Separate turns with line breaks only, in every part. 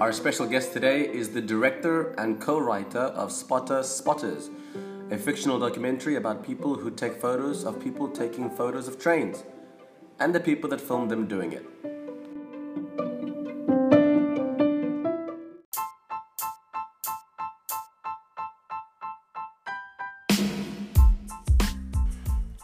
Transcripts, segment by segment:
Our special guest today is the director and co writer of Spotter Spotters, a fictional documentary about people who take photos of people taking photos of trains and the people that filmed them doing it.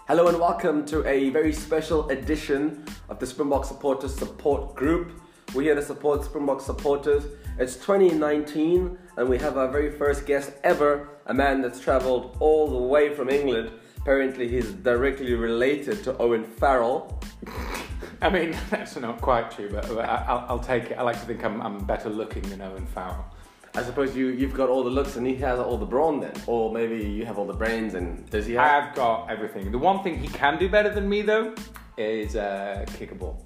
Hello and welcome to a very special edition of the Springbok Supporters Support Group. We're here to support Springbok supporters. It's 2019 and we have our very first guest ever, a man that's traveled all the way from England. Apparently, he's directly related to Owen Farrell.
I mean, that's not quite true, but, but I, I'll, I'll take it. I like to think I'm, I'm better looking than Owen Farrell.
I suppose you, you've got all the looks and he has all the brawn then. Or maybe you have all the brains and does he have?
I've got everything. The one thing he can do better than me, though, is uh, kick a ball.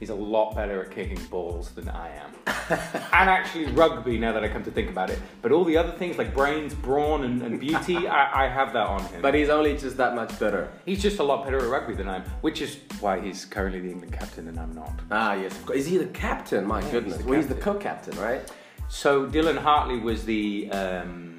He's a lot better at kicking balls than I am. and actually, rugby, now that I come to think about it. But all the other things like brains, brawn, and, and beauty, I, I have that on him.
But he's only just that much better.
he's just a lot better at rugby than I am, which is why he's currently the England captain and I'm not.
Ah, yes. Of course. Is he the captain? My goodness.
the
well, he's the
captain.
co-captain, right?
So Dylan Hartley was the um,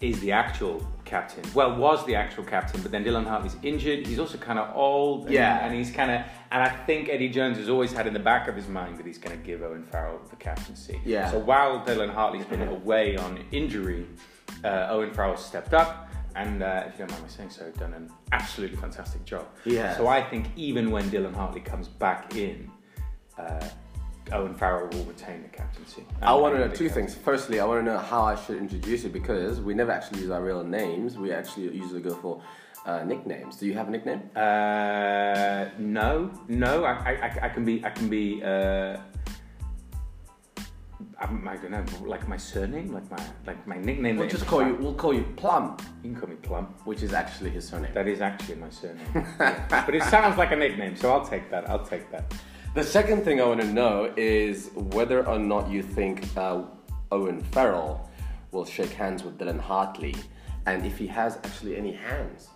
is the actual captain. Well, was the actual captain, but then Dylan Hartley's injured. He's also kind of old. and-
Yeah.
and he's kind of and I think Eddie Jones has always had in the back of his mind that he's going to give Owen Farrell the captaincy.
Yeah.
So while Dylan Hartley's been away on injury, uh, Owen Farrell stepped up. And uh, if you don't mind me saying so, done an absolutely fantastic job.
He has.
So I think even when Dylan Hartley comes back in, uh, Owen Farrell will retain the captaincy.
I want to know
And-
two things. Firstly, I want to know how I should introduce you because we never actually use our real names. We actually usually go for uh, nicknames. Do you have a nickname?
Uh, no, no. I, I, I- I can be, I can be. Uh, I'm, I don't know, like my surname, like my, like my nickname.
We'll
that
just
is
call you.
Plum.
We'll call you Plum,
You can call me Plum.
which is actually his surname.
That is actually my surname, Yeah. but it sounds like a nickname, so I'll take that. I'll take that.
The second thing I want to know is whether or not you think uh, Owen Farrell will shake hands with Dylan Hartley, and if he has actually any hands.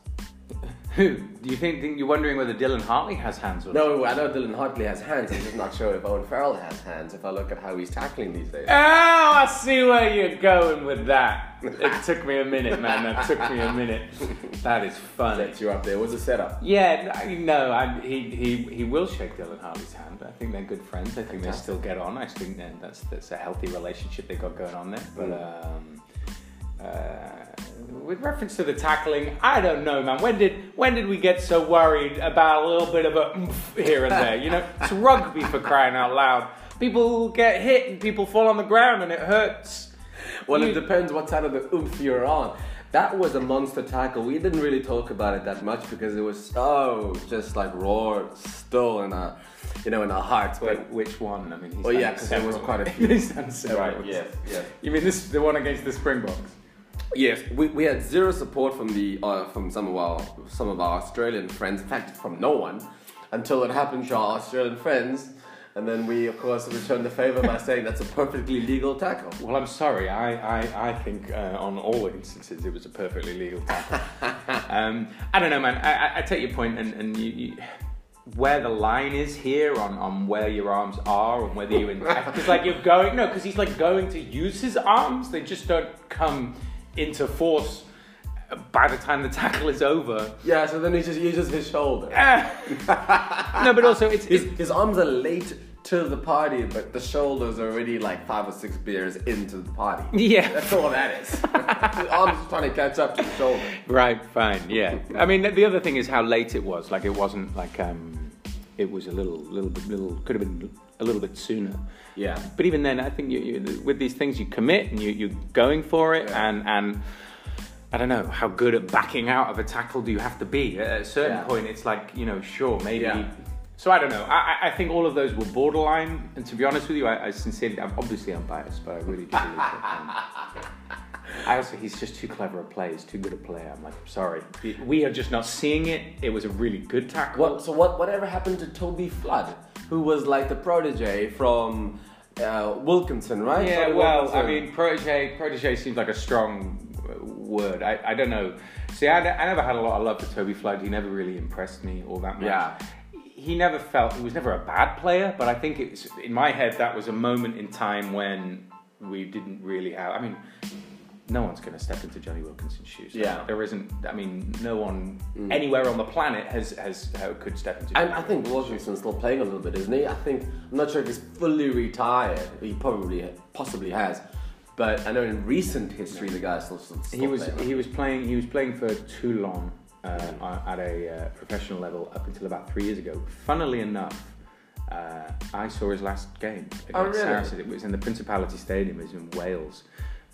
Who do you think? think you're wondering whether Dylan Hartley has hands or
No, I know Dylan Hartley has hands. I'm just not sure if Owen Farrell has hands. If I look at how he's tackling these days.
Oh, I see where you're going with that. It took me a minute, man. That took me a minute. That is funny.
That's you up there. What's the setup?
Yeah, I- no, I, he, he, he will shake Dylan Hartley's hand. I think they're good friends. I think they still get on. I think that that's, that's a healthy relationship they've got going on there. But um, uh, with reference to the tackling, I don't know, man. When did, when did we get so worried about a little bit of a oomph here and there? You know, it's rugby for crying out loud. People get hit and people fall on the ground and it hurts.
Well, it
You-
depends what side of the oomph you're on. That was a monster tackle. We didn't really talk about it that much because it was so just like raw, still in our, you know, in our hearts. But
Wait, which one? I mean, he's
Oh,
done
yeah, 'cause there was
several.
quite a few.
he's done several.
Right, yes, yes.
You mean this the one against the Springboks?
yes, we, we had zero support from the uh, from some of our some of our Australian friends. In fact, from no one until it happened to our Australian friends. And then we, of course, returned the favor by saying that's a perfectly legal tackle.
Well, I'm sorry. I, I, I think uh, on all instances it was a perfectly legal tackle. um, I don't know, man. I, I, I take your point, and, and you, you, where the line is here on, on where your arms are and whether you intend. Because, like, you're going. No, because he's, like, going to use his arms. They just don't come into force by the time the tackle is over.
Yeah, so then he just uses his shoulder.
No, but also, it's.
His,
it's
his arms are late to the party, but the shoulders are already like five or six beers into the party.
yeah.
That's all that is. the arms trying to catch up to the shoulder.
Right, fine, yeah. I mean, the other thing is how late it was. Like, it wasn't like um, it was a little, little bit, little could have been a little bit sooner.
Yeah.
But even then, I think you, you with these things, you commit and you, you're going for it,
Yeah.
and and I don't know how good at backing out of a tackle do you have to be. At a certain
Yeah.
point, it's like you know, sure, maybe.
Yeah.
So I don't know. I, I- I think all of those were borderline, and to be honest with you, I, I sincerely, I'm obviously I'm biased, but I really do. believe that, um, I also, he's just too clever a player. He's too good a player. I'm like, I'm sorry. We are just not seeing it. It was a really good tackle.
What, so what? Whatever happened to Toby Flood, who was like the protege from uh, Wilkinson, right?
Yeah,
Toby
well, I
Wilkinson.
mean, protege, protege seems like a strong uh, word. I, I don't know. See, I, ne- I never had a lot of love for Toby Flood. He never really impressed me all that much.
Yeah.
he never felt he was never a bad player, but I think it's in my head that was a moment in time when we didn't really have. I mean, no one's going to step into Johnny Wilkinson's shoes.
Yeah. Mm.
there isn't. I mean, no one anywhere on the planet has has uh, could step into.
And
Johnny
I think
Wilkinson's shoes.
Wilkinson's still playing a little bit, isn't he? I think I'm not sure if he's fully retired. He probably possibly has, but I know in recent history the guy's still, still, still
he was
playing.
he was playing he was playing for Toulon uh, at a uh, professional level up until about three years ago. Funnily enough, uh, I saw his last game against
Oh, really?
Saracens. It was in the Principality Stadium. It was in Wales,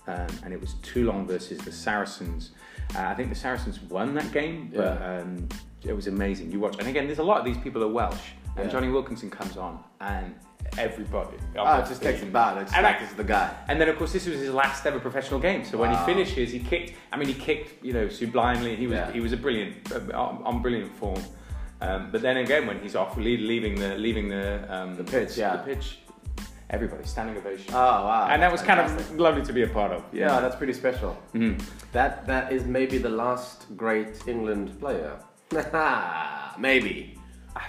um, and it was Toulon versus the Saracens. Uh, I think the Saracens won that game, but
Yeah.
um, it was amazing. You watch, and again, there's a lot of these people are Welsh, and
Yeah.
Johnny Wilkinson comes on, and everybody.
Ah, it just takes it back. It's
And
like
I-
it's the guy.
and then, of course, this was his last ever professional game. So when
Wow.
he finishes, he kicked. I mean, he kicked, you know, sublimely. He was
Yeah.
he was a brilliant uh, on, on brilliant form. Um, but then again, when he's off, le- leaving the leaving the um,
The pitch, yeah.
the pitch, everybody's standing ovation.
Oh wow!
and that was kind
Fantastic.
of lovely to be a part of.
yeah, that's pretty special.
Mhm.
That that is maybe the last great England player. maybe
I,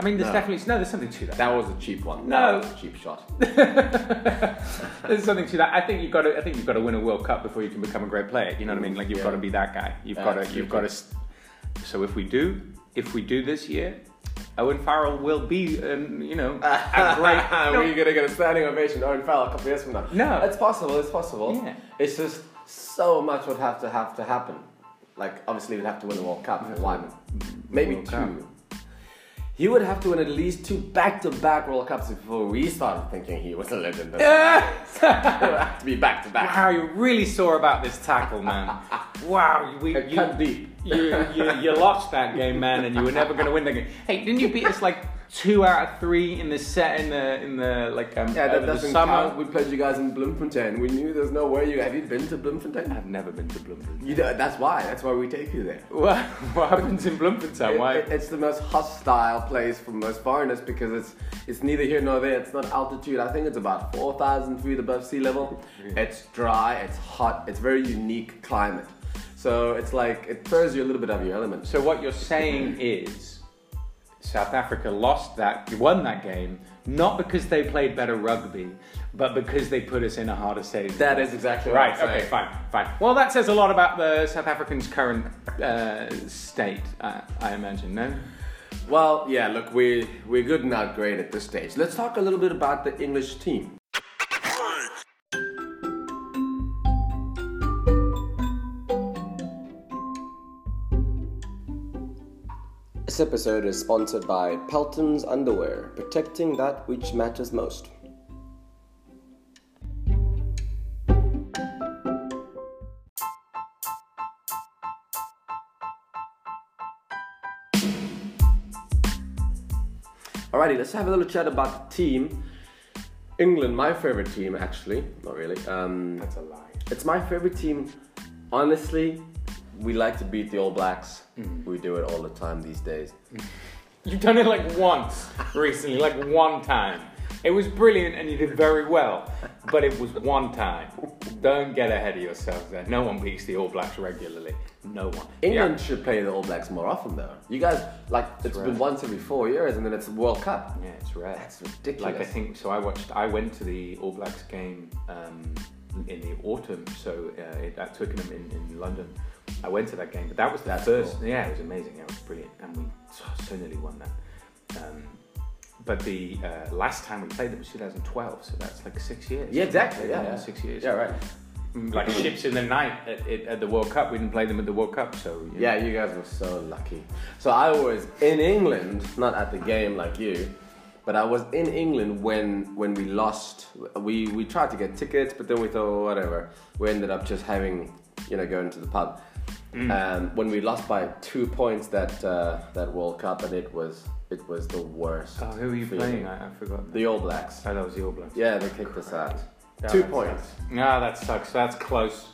I mean, there's
No.
definitely no. There's something to that.
that was a cheap one.
No.
that was a cheap shot.
There's something to that. I think you've got to. I think you've got to win a World Cup before you can become a great player. You know what I mean? Like you've
Yeah.
got to be that guy. You've got to.
Absolutely.
You've got to. st- So if we do, if we do this year, Owen Farrell will be, um, you know, a great.
We're gonna get a standing ovation, Owen Farrell, a couple of years from now.
No.
it's possible. It's possible.
Yeah.
It's just so much would have to have to happen. Like obviously, we'd have to win the World Cup for one, maybe
World
two.
Cup.
He would have to win at least two back-to-back World Cups before we started thinking he was a legend.
Ah!
It would have to be back-to-back.
wow, you're really sore about this tackle, man. Wow, we,
It
you,
cut deep.
you, you, you lost that game, man, and you were never going to win the game. Hey, didn't you beat us like two out of three in the set in the in the like um,
Yeah,
over
that
the
doesn't
summer?
count. We played you guys in Bloemfontein. We knew there's no way you have you been to Bloemfontein.
I've never been to Bloomfield.
You don't- that's why. That's why we take you there.
What, what happens in Bloemfontein?
It-
Why?
it- it's the most hostile place for most foreigners because it's it's neither here nor there. It's not altitude. I think it's about 4,000 feet above sea level. It's dry. It's hot. It's very unique climate. So it's like it throws you a little bit of your element.
So what you're saying is, South Africa lost that, won that game, not because they played better rugby, but because they put us in a harder stage.
That is exactly what
right.
I'm saying.
Okay. Fine. Fine. Well, that says a lot about the South Africans' current uh, state, I, I imagine. No.
Well, yeah. Look, we we're good and not great at this stage. Let's talk a little bit about the English team. This episode is sponsored by Pelton's Underwear, protecting that which matters most. Alrighty, let's have a little chat about the team. England, my favorite team, actually. Not really. Um,
That's a lie.
it's my favorite team. Honestly, we like to beat the All Blacks. We do it all the time these days.
You've done it like once recently, like one time. It was brilliant and you did very well, but it was one time. Don't get ahead of yourselves there. No one beats the All Blacks regularly. No one.
England should play the All Blacks more often, though. You guys, like, it's
right.
been once every four years, and then it's World Cup.
Yeah, yeah it's rare.
That's ridiculous.
like I think so. I watched. I went to the All Blacks game um, in the autumn, so uh, it, at Twickenham in, in London. I went to that game, but that was the
That's
first.
cool.
Yeah, it was amazing. It was brilliant, and we so, so nearly won that. Um, but the uh, last time we played them was 2012, so that's like six years.
Yeah, exactly. Yeah,
Yeah,
yeah.
six years. Mm,
Yeah, right.
Like ships in the night at, at, at the World Cup. We didn't play them at the World Cup, so you know.
Yeah, you guys were so lucky. So I was in England, not at the game like you, but I was in England when when we lost. We we tried to get tickets, but then we thought well, whatever. We ended up just having you know going to the pub.
Mm.
Um, when we lost by two points that uh, that World Cup, and it was it was the worst.
Oh, who were you
feeling.
playing? I, I forgot.
The All Blacks.
oh, that was the All Blacks.
Yeah, they kicked us out.
Yeah,
two
that
points.
sucks. No, that sucks. That's close.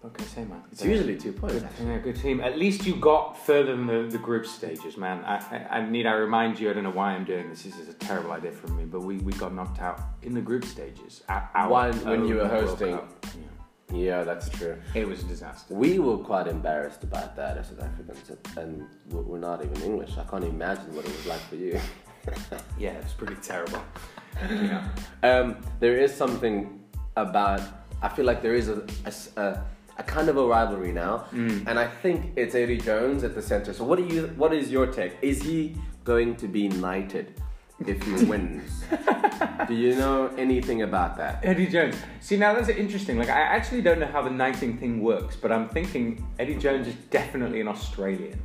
What can I say, man?
It's usually two points.
Good, yeah, good team. At least you got further than the, the group stages, man. I, I, I need I remind you. I don't know why I'm doing this. This is a terrible idea from me, but we, we got knocked out in the group stages. At our
One when you
own
were
World
hosting.
Cup. Yeah.
Yeah, that's true.
It was a disaster.
We were quite embarrassed about that as South Africans, and we're we're not even English. I can't imagine what it was like for you.
Yeah, it was pretty terrible. you know,
Um, there is something about. I feel like there is a, a s- a- a kind of a rivalry now, and I think it's Eddie Jones at the center. So, what do you? What is your take? Is he going to be knighted if he wins? do you know anything about that?
Eddie Jones. See, now that's interesting. Like, I actually don't know how the knighting thing works, but I'm thinking Eddie Jones is definitely an Australian.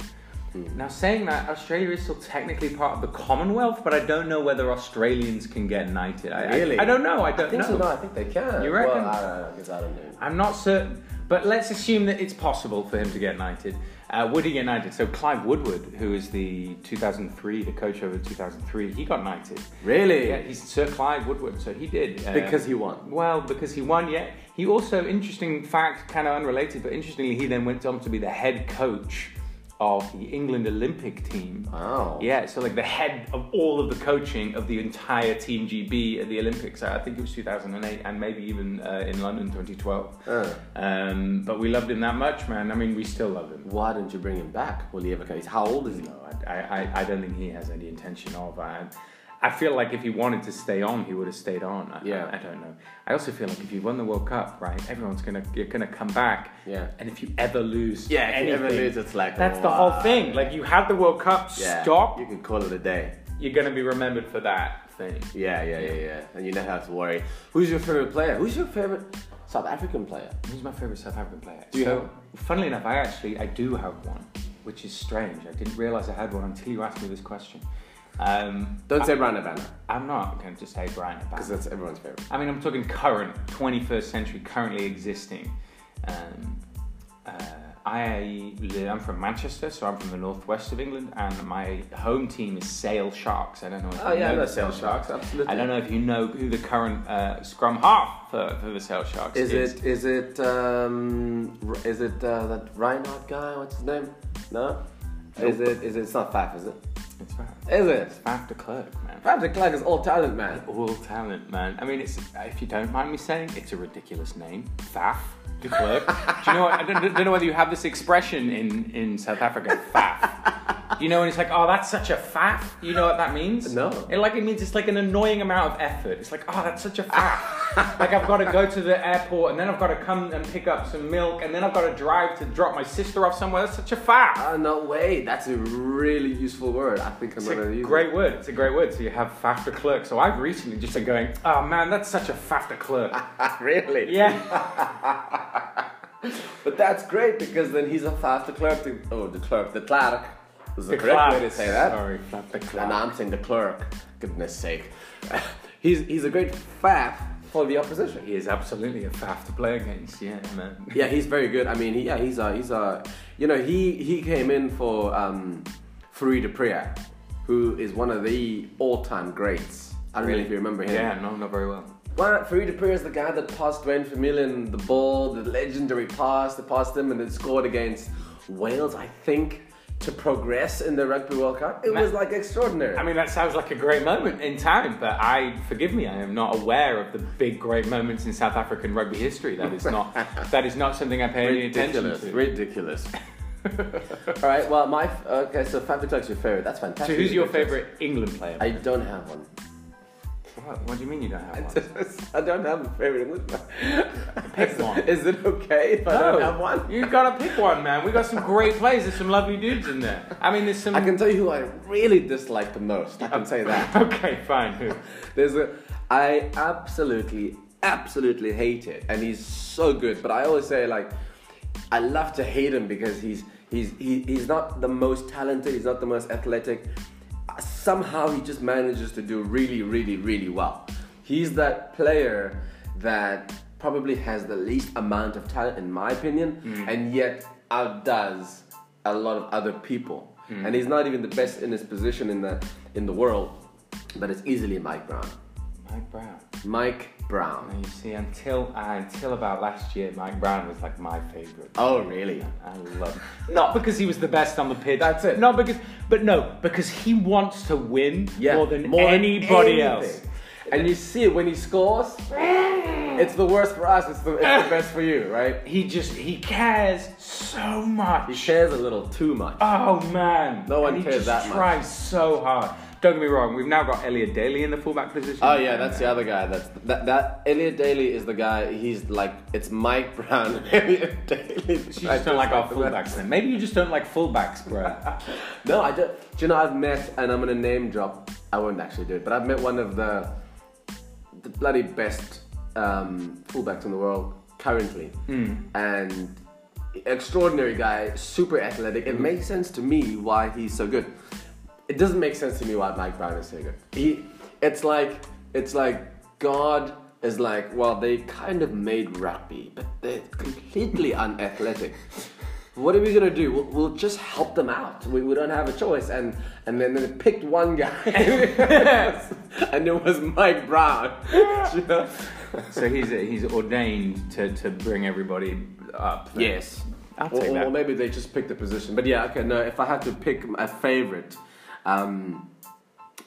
Hmm.
Now, saying that, Australia is still technically part of the Commonwealth, but I don't know whether Australians can get knighted. I, I-
Really?
I, don't know. I don't
I think
know.
so. No, I think they can.
You reckon?
Well, I don't know because I don't know.
I'm not certain, but let's assume that it's possible for him to get knighted. Uh, would he get knighted? So Clive Woodward, who is the 2003, the coach over 2003, he got knighted.
Really?
Yeah, he's Sir Clive Woodward, so he did. uh,
Because he won.
Well, because he won, yeah. He also, interesting fact, kind of unrelated, but interestingly, he then went on to be the head coach of the England Olympic team.
Wow.
Yeah, so like the head of all of the coaching of the entire Team GB at the Olympics. I think it was 2008 and maybe even uh, in London 2012.
Uh.
Um, but we loved him that much, man. I mean, we still love him.
Why didn't you bring him back? Will he ever come? He's- How old is he?
No, I, I, I- I don't think he has any intention of. I, I feel like if he wanted to stay on, he would have stayed on. I,
Yeah.
I, I don't know. I also feel like if you won the World Cup, right, everyone's gonna you're gonna come back.
Yeah.
And if you ever lose,
Yeah, if you ever
anything,
lose, it's like,
that's the whole thing. Like you had the World Cup,
Yeah,
stop.
You can call it a day.
You're gonna be remembered for that thing.
Yeah, yeah, yeah, yeah. And you don't have to worry. Who's your favorite player? Who's your favorite South African player?
Who's my favorite South African player?
Do you
so,
have-
funnily enough, I actually I do have one, which is strange. I didn't realize I had one until you asked me this question. Um,
Don't say Brian Abana
I'm not going to say Brian Abana.
because that's everyone's favorite.
I mean, I'm talking current, 21st century, currently existing. Um, uh, I live, I'm from Manchester, so I'm from the northwest of England, and my home team is Sale Sharks. I don't know. If
Oh,
you know the Sale Sharks.
absolutely.
I don't know if you know who the current uh, scrum half for, for the Sale Sharks
Is it is it um r- is it uh, that Reinhardt guy? What's his name? No. Is it is it? It's not Faf, is it?
It's Faf.
Is it?
Faf de Klerk, man.
Faf de Klerk is all talent, man.
All talent, man. I mean, it's if you don't mind me saying, it's a ridiculous name. Faf de Klerk. Do you know? What, I don't, don't know whether you have this expression in in South Africa. Faf. You know, and it's like, oh, that's such a faff. You know what that means?
No.
It like it means it's like an annoying amount of effort. It's like, oh, that's such a faff. like I've got to go to the airport and then I've got to come and pick up some milk and then I've got to drive to drop my sister off somewhere. That's such a faff.
Oh no way! That's a really useful word. I think I'm
It's
gonna
a
use it.
great word. It's a great word. So you have FAFTA clerk. So I've recently just been going, oh man, that's such a FAFTA clerk.
really?
yeah.
But that's great because then he's a faster clerk. To, oh, the clerk, the clerk was the, correct way to
clerk.
say that.
Sorry, FAFTA
And
clerk.
I'm saying the clerk. Goodness sake, he's he's a great faff for the opposition.
He is absolutely a faff to play against. Yeah, man.
Yeah, he's very good. I mean, he, yeah, he's a he's a you know he he came in for um, Furi de Priya, who is one of the all-time greats. I don't know if you remember him.
Yeah, no, not very well.
Well, Farid Dupre is the guy that passed Wayne Vermeulen the ball, the legendary pass that passed him and then scored against Wales, I think, to progress in the Rugby World Cup. It was like extraordinary.
I mean, that sounds like a great moment in time, but I, forgive me, I am not aware of the big great moments in South African rugby history. That is not, that is not something I pay any attention
ridiculous,
to.
ridiculous. All right, well, my f- okay, so Fab de Klerk's your favorite. That's
So
fantastic.
who's your favourite England player?
I don't have one.
what, what do you mean you don't have one?
I don't have a favorite Englishman.
Pick one.
Is it okay if I don't have one?
You've got to pick one, man. We got some great plays. There's some lovely dudes in there. I mean, there's some.
I can tell you who I really dislike the most.
Um,
I can say that.
Okay, fine. Who?
There's a I absolutely, absolutely hate it, and he's so good. But I always say like, I love to hate him because he's he's he, he's not the most talented. He's not the most athletic. Somehow he just manages to do really, really, really well. He's that player that probably has the least amount of talent, in my opinion, and yet outdoes a lot of other people. And he's not even the best in his position in the in the world. But it's easily Mike Brown.
Mike Brown.
Mike Brown.
Now, you see, until uh, until about last year, Mike Brown was like my favorite.
Oh, really?
I love Not because he was the best on the pitch.
That's it.
Not because, but no, because he wants to win
Yeah.
more than anybody else.
anything. And you see it when he scores. It's the worst for us. It's the, it's the best for you, right?
He just he cares so much.
He shares a little too much.
Oh man,
No one
And he
cares
just
that much.
Tries so hard. Don't get me wrong. We've now got Elliot Daly in the fullback position.
Oh yeah, that's the other guy. That's that. That Elliot Daly is the guy. He's like it's Mike Brown. Elliot Daly.
You just don't like our fullbacks then. Maybe you just don't like fullbacks, bro.
No, I don't. Do you know I've met, and I'm gonna name drop. I won't actually do it, but I've met one of the the bloody best um, fullbacks in the world currently, and extraordinary guy, super athletic. It makes sense to me why he's so good. It doesn't make sense to me why Mike Brown is so good. He, it's like it's like God is like, well, they kind of made rugby, but they're completely unathletic. What are we gonna do? We'll, we'll just help them out. We, we don't have a choice. And and then they picked one guy, and it was Mike Brown. You know?
so he's he's ordained to, to bring everybody up. then.
Yes.
I'll
or,
take
or
that.
maybe they just picked the position. But yeah, okay, no, if I had to pick a favorite, um,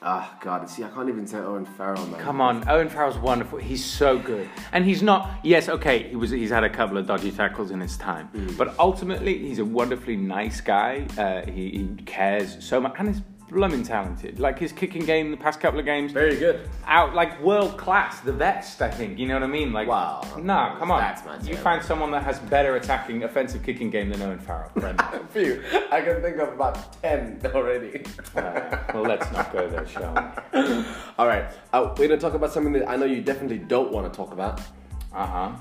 ah, God, see, I can't even say Owen Farrell, man.
Come on, Owen Farrell's wonderful. He's so good, and he's not. Yes, okay, he was. He's had a couple of dodgy tackles in his time,
Mm.
but ultimately, he's a wonderfully nice guy. Uh, he, he cares so much, and he's blooming talented. Like his kicking game, the past couple of games,
Very good.
out like world class, the best. I think you know what I mean. Like,
Wow.
nah, come on.
That's my
you
terrible.
find someone that has better attacking, offensive kicking game than Owen Farrell. Brendan.
Phew, I can think of about 10 already.
uh, well, let's not go there, shall we?
All right, uh, we're gonna talk about something that I know you definitely don't wanna talk about.
Uh huh.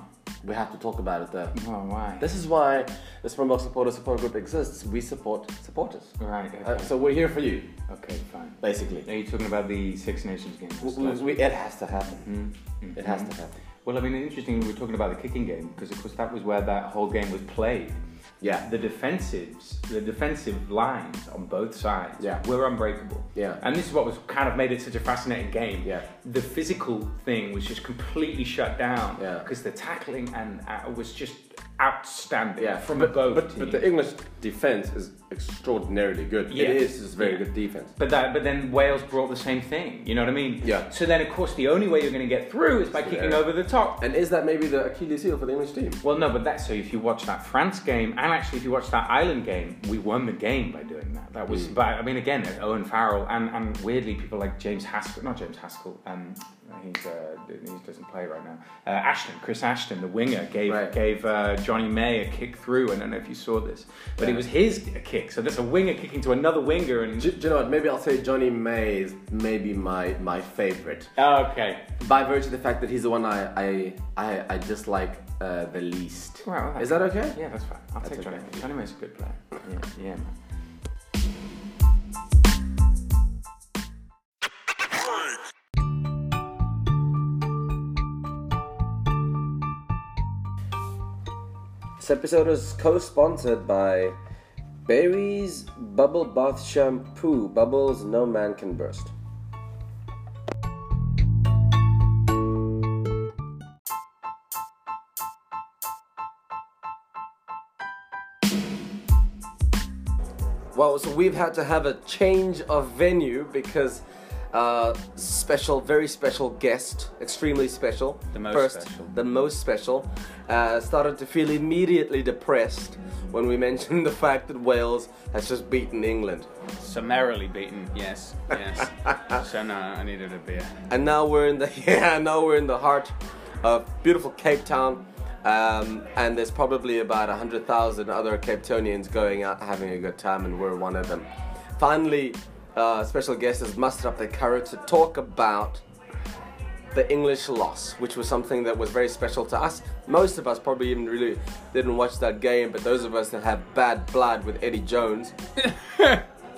We have to talk about it though.
Oh, why?
This is why the Springbok Supporter Support Group exists. We support supporters.
right. Okay.
Uh, so we're here for you,
okay. Fine.
basically.
Are you talking about the Six Nations game?
W- w- we- it has to happen. It has to happen.
Well, I mean, interestingly, we were talking about the kicking game because, of course, that was where that whole game was played.
Mm-hmm. Yeah.
The defensives, the defensive lines on both sides
Yeah.
were unbreakable.
Yeah.
And this is what was kind of made it such a fascinating game.
Yeah.
The physical thing was just completely shut down
Yeah.
because the tackling and uh, was just outstanding
Yeah,
from
but,
both
but,
teams.
but the English defense is extraordinarily good.
Yeah.
It is just very
Yeah.
good defense.
But that, but then Wales brought the same thing. You know what I mean?
Yeah.
So then, of course, the only way you're going to get through is by
Yeah.
kicking over the top.
And is that maybe the Achilles heel for the English team?
Well, no, but that's so. If you watch that France game, and actually if you watch that Ireland game, we won the game by doing that. That
Mm.
was, but I mean, again, Owen Farrell and, and weirdly people like James Haskell, not James Haskell, um, he's uh, he doesn't play right now. Uh, Ashton, Chris Ashton, the winger, gave
Right.
gave uh, Johnny May a kick through. I don't know if you saw this, but it
Yeah.
was his kick. So that's a winger kicking to another winger, and
Do, do you know what? Maybe I'll say Johnny May is maybe my, my favorite.
oh, okay,
By virtue of the fact that he's the one I, I, I, I dislike uh, the least.
Right, well,
Is that okay?
Yeah, that's fine. I'll
That's
take Johnny.
okay.
May. Johnny May's a good player. Yeah, yeah, man.
This episode is co-sponsored by Barry's Bubble Bath Shampoo. Bubbles no man can burst.
Well, so we've had to have a change of venue because uh, special, very special guest, extremely special,
The most
first,
special.
the most special, uh, started to feel immediately depressed when we mentioned the fact that Wales has just beaten England,
Summarily beaten, yes, yes. so no, I needed a beer.
and now we're in the yeah, now we're in the heart of beautiful Cape Town. Um, and there's probably about 100,000 other Capetonians going out having a good time, and we're one of them. Finally, uh, special guest has mustered up the courage to talk about the English loss, which was something that was very special to us. Most of us probably even really didn't watch that game, but those of us that have bad blood with Eddie Jones,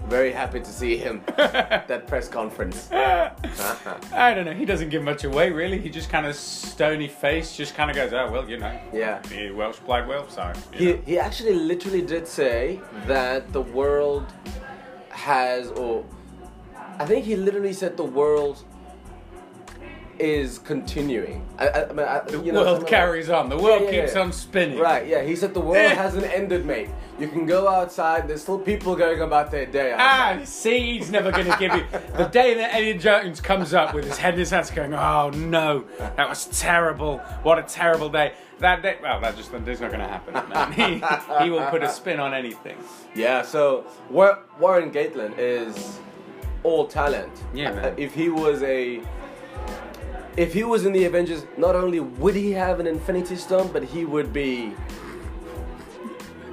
very happy to see him at that press conference.
I don't know. He doesn't give much away, really. He just kind of stony face, just kind of goes, "Oh well, you know,
Yeah.
the Welsh played well, so."
He,
You
he actually literally did say that the world has, or I think he literally said the world is continuing. I, I, I mean, I,
The
you know,
world
something like-
carries on. The world
Yeah, yeah,
keeps
yeah.
on spinning.
Right, yeah, he said the world
Eh.
hasn't ended, mate. You can go outside, there's still people going about their day.
Ah, see, he's never going to give you. The day that Eddie Jones comes up with his head in his hands, going, "Oh no, that was terrible! What a terrible day!" That day, well, that just that is not going to happen. Man. He, he will put a spin on anything.
Yeah, so Wa- Warren Gatland is all talent.
Yeah,
Uh,
man.
If he was a. If he was in the Avengers, not only would he have an Infinity Stone, but he would be.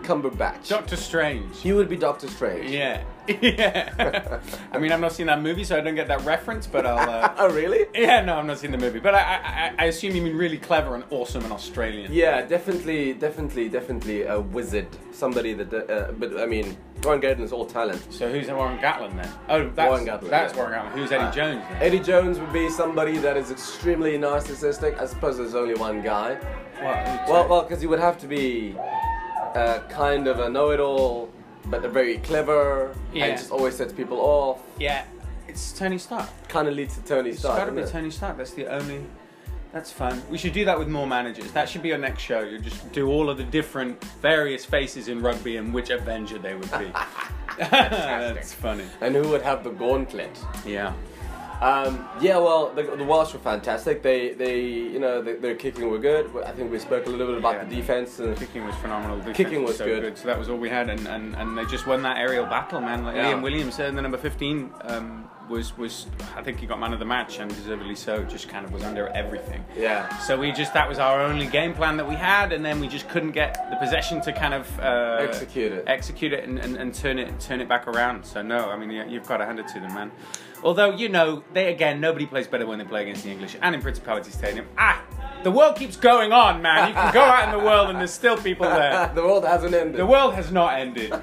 Cumberbatch.
Doctor Strange.
he would be Doctor Strange.
Yeah, yeah. I mean, I've not seen that movie, so I don't get that reference. But I'll. Uh,
Oh, really?
yeah, no, I've not seen the movie, but I, I, I- I assume you mean really clever and awesome and Australian.
Yeah, definitely, definitely, definitely a wizard. Somebody that. Uh, but I mean, Warren Gatland is all talent.
So who's Warren Gatlin then? Oh, that's
Warren Gatlin,
That's
yeah. Uh,
Warren Gatlin. Who's Eddie Jones? Then?
Eddie Jones would be somebody that is extremely narcissistic. I suppose there's only one guy.
What?
Well, well, because he would have to be uh, kind of a know-it-all, but a very clever
Yeah.
and just always sets people off.
yeah, it's Tony Stark.
Kind of leads to Tony
It's
Stark.
got to be
doesn't it?
Tony Stark. That's the only. That's fun. We should do that with more managers. That should be your next show. You just do all of the different various faces in rugby and which Avenger they would be. that's funny.
And who would have the gauntlet?
Yeah.
Um, yeah, well, the, the Welsh were fantastic. They, they, you know, the, their kicking were good. I think we spoke a little bit about
Yeah.
the defense. And,
Kicking was phenomenal. Defense
Kicking was
so
good.
So that was all we had, and, and, and they just won that aerial battle, man. Like
Yeah.
Liam Williams, and the number fifteen um, was was I think he got man of the match and deservedly so. Just kind of was under everything.
yeah.
So we just that was our only game plan that we had, and then we just couldn't get the possession to kind of uh,
Execute it.
execute it, and, and, and turn it turn it back around. So no, I mean you- you've got to hand it to them, man. Although you know they again nobody plays better when they play against the English and in Principality Stadium. Ah, the world keeps going on, man. You can go out in the world and there's still people there.
The world hasn't ended.
The world has not ended.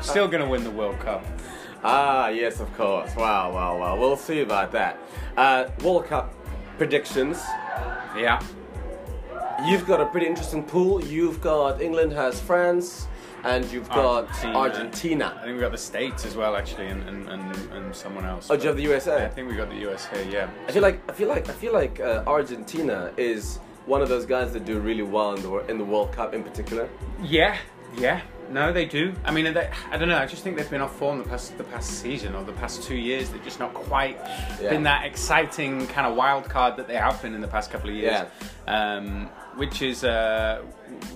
Still gonna win the World Cup.
Ah, yes, of course. Wow, wow, wow. We'll see about that. Uh, World Cup predictions.
Yeah.
You've got a pretty interesting pool. You've got England has France, and you've got
Argentina. I
Argentina.
think we got the States as well, actually, and, and, and, and someone else.
Oh, do you have the USA?
I think we got the US here, yeah.
I feel like I feel like I feel like uh, Argentina is one of those guys that do really well in the wor- in the World Cup in particular.
Yeah, yeah. No, they do. I mean, they, I don't know. I just think they've been off form the past the past season or the past two years. They've just not quite
Yeah.
been that exciting kind of wild card that they have been in the past couple of years. Um, which is uh,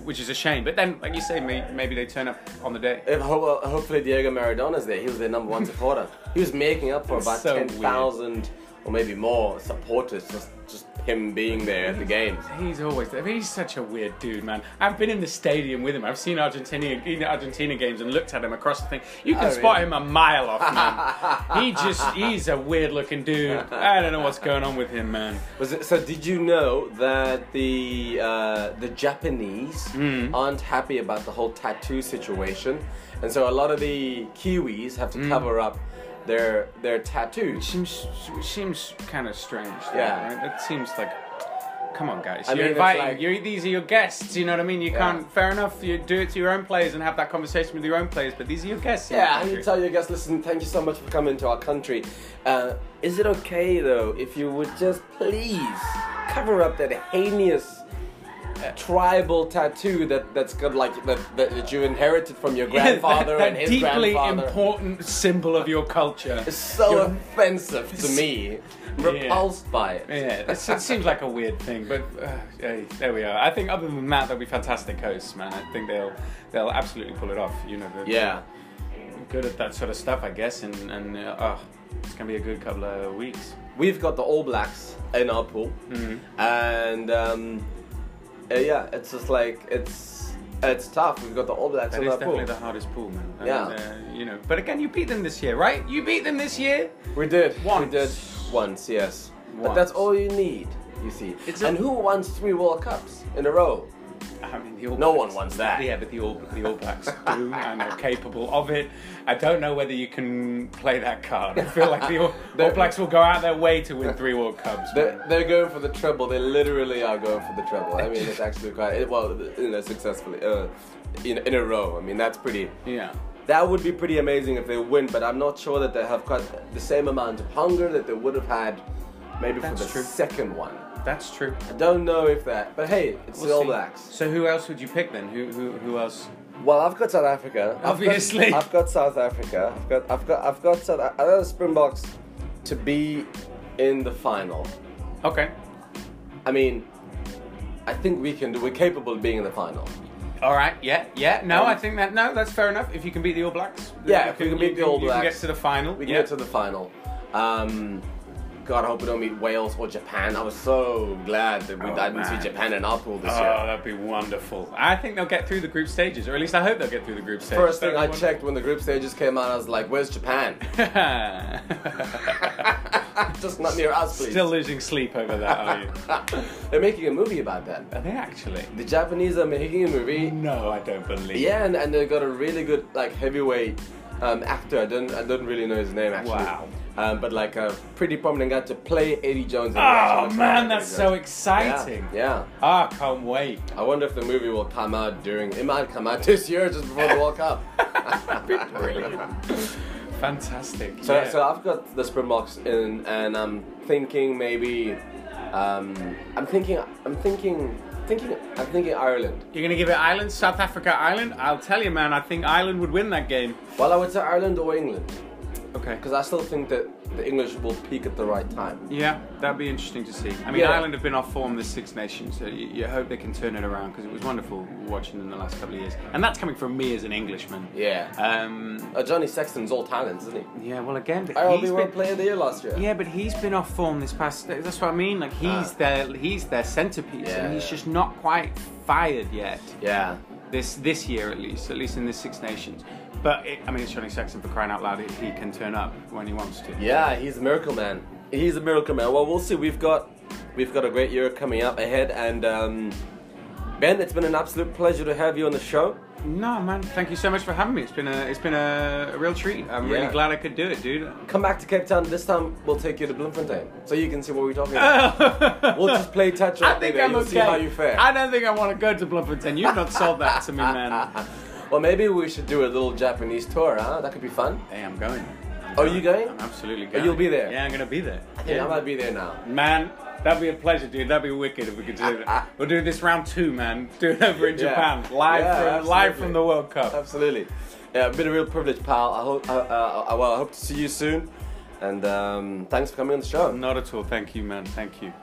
which is a shame. But then, like you say, may, maybe they turn up on the day.
If, ho- well, hopefully Diego Maradona's there. He was their number one supporter. He was making up for
It's
about
so
ten thousand or maybe more supporters just just him being there at the games.
He's always. I mean, he's such a weird dude, man. I've been in the stadium with him. I've seen Argentina Argentina games and looked at him across the thing. You can
Oh,
spot
really?
him a mile off, man. he just. He's a weird looking dude. I don't know what's going on with him, man.
Was it, so did you know that the uh, the Japanese
Hmm.
aren't happy about the whole tattoo situation, and so a lot of the Kiwis have to
Hmm.
cover up their their tattoos.
Seems seems kind of strange. though,
Yeah.
right? It seems like. Come on, guys.
I
You're
mean, it's
inviting.
like-
you these are your guests. You know what I mean. You can't. Fair enough. You do it to your own players and have that conversation with your own players. But these are your guests. in
Yeah,
the
I need to
country.
tell you guys. Listen, thank you so much for coming to our country. Uh, is it okay though if you would just please cover up that heinous uh, tribal tattoo that that's got like that, that you inherited from your
Yeah, that-
grandfather
that
and his
deeply
grandfather?
important symbol of your culture.
is so
Your-
offensive to me. Repulsed by it.
Yeah, it's, it seems like a weird thing, but uh, hey, there we are. I think other than that, they'll be fantastic hosts, man. I think they'll they'll absolutely pull it off. You know, they're
Yeah.
good at that sort of stuff, I guess. And and uh, oh, it's gonna be a good couple of weeks.
We've got the All Blacks in our pool. And um, uh, yeah, it's just like, it's it's tough. We've got the All Blacks
That
in
is
our
definitely
pool.
the hardest pool, man. And,
Yeah.
uh, you know, but again, you beat them this year, right? You beat them this year.
We did.
Once.
We did. Once, yes. But
Once.
that's all you need, you see.
It's a-
and who wants three World Cups in a row?
I mean, the All
No
Blacks-
one wants that.
Yeah, but the All, the All Blacks do and are capable of it. I don't know whether you can play that card. I feel like the All, All Blacks will go out their way to win three World Cups. man.
They're, they're going for the treble. They literally are going for the treble. I mean, it's actually quite it- well, you know, successfully uh, in, in a row. I mean, that's pretty.
Yeah.
That would be pretty amazing if they win, but I'm not sure that they have got the same amount of hunger that they would have had maybe for
That's
the
true.
second one.
That's true.
I don't know if that, but hey, it's
We'll
the All
see.
Blacks.
So who else would you pick then? Who who who else?
Well, I've got South Africa. I've got-
Obviously.
I've got South Africa. I've got, I've got, I've got South. I know the Springboks to be in the final.
Okay.
I mean, I think we can. do- We're capable of being in the final.
All right. Yeah. Yeah. No,
Um,
I think that no, that's fair enough. If you can beat the All Blacks.
Yeah,
you
if we can beat
you
the All
you
Blacks,
get to the final.
We can
yeah.
get to the final. Um, God, I hope we don't meet Wales or Japan. I was so glad that we
Oh,
I didn't
man.
see Japan in our pool this
Oh,
year.
that'd be wonderful. I think they'll get through the group stages, or at least I hope they'll get through the group stages.
First thing I
That'd be
checked when the group stages came out, I was like, "Where's Japan?
wonderful.
Just not near us, please."
Still losing sleep over that, are you?
They're making a movie about that.
Are they actually?
The Japanese are making a movie.
No, I don't believe.
Yeah, and, and they got a really good like heavyweight um, actor. I don't I don't really know his name actually.
Wow.
Um, but like a pretty prominent guy to play Eddie Jones. and he actually
Oh
looks like
man,
Eddie
that's
Jones.
so exciting.
Yeah,
Ah, can't wait.
yeah. I wonder if the movie will come out during. It might come out this year, just before the World Cup.
Brilliant. Fantastic.
So,
yeah.
so I've got the Springboks in, and I'm thinking maybe, um, I'm thinking, I'm thinking, thinking, I'm thinking Ireland.
You're gonna give it Ireland, South Africa, Ireland? I'll tell you, man. I think Ireland would win that game.
Well, I would say Ireland or England,
Okay.
because I still think that the English will peak at the right time.
Yeah, that'd be interesting to see. I mean,
Yeah.
Ireland have been off form this Six Nations, so you, you hope they can turn it around because it was wonderful watching them the last couple of years. And that's coming from me as an Englishman.
Yeah.
Um,
Uh, Johnny Sexton's all talents, isn't he?
yeah. Well, again, but
RLB
he's
World
been,
Player of the Year last year.
Yeah, but he's been off form this past. That's what I mean. Like he's
Ah.
their he's their centerpiece,
Yeah,
and he's
yeah.
just not quite fired yet.
Yeah.
This this year at least, at least in the Six Nations. But it, I mean, it's Johnny Sexton for crying out loud. He, he can turn up when he wants to.
Yeah, he's a miracle man. He's a miracle man. Well, we'll see. We've got we've got a great year coming up ahead and um, Ben, it's been an absolute pleasure to have you on the show.
No, man. Thank you so much for having me. It's been a it's been a, a real treat. I'm
Yeah.
really glad I could do it, dude.
Come back to Cape Town. This time we'll take you to Bloemfontein so you can see what we're talking about. we'll just play touch
I
up
think
there.
I'm
You'll
okay.
see how you fare.
I don't think I want to go to Bloemfontein. You've not sold that to me, man.
Well, maybe we should do a little Japanese tour, huh? That could be fun.
hey, I'm going.
Are you going? Oh,
I'm absolutely going.
you'll be there?
Yeah, I'm gonna be there.
I think I might be there now.
Man, that'd be a pleasure, dude. That'd be wicked if we could do it. We'll do this round two, man. Do it over in
Yeah.
Japan, live
Yeah,
from live
absolutely.
from the World Cup.
Absolutely. Yeah, been a real privilege, pal. I hope. Uh, uh, uh, well, I hope to see you soon. And um, thanks for coming on the show.
Not at all. Thank you, man. Thank you.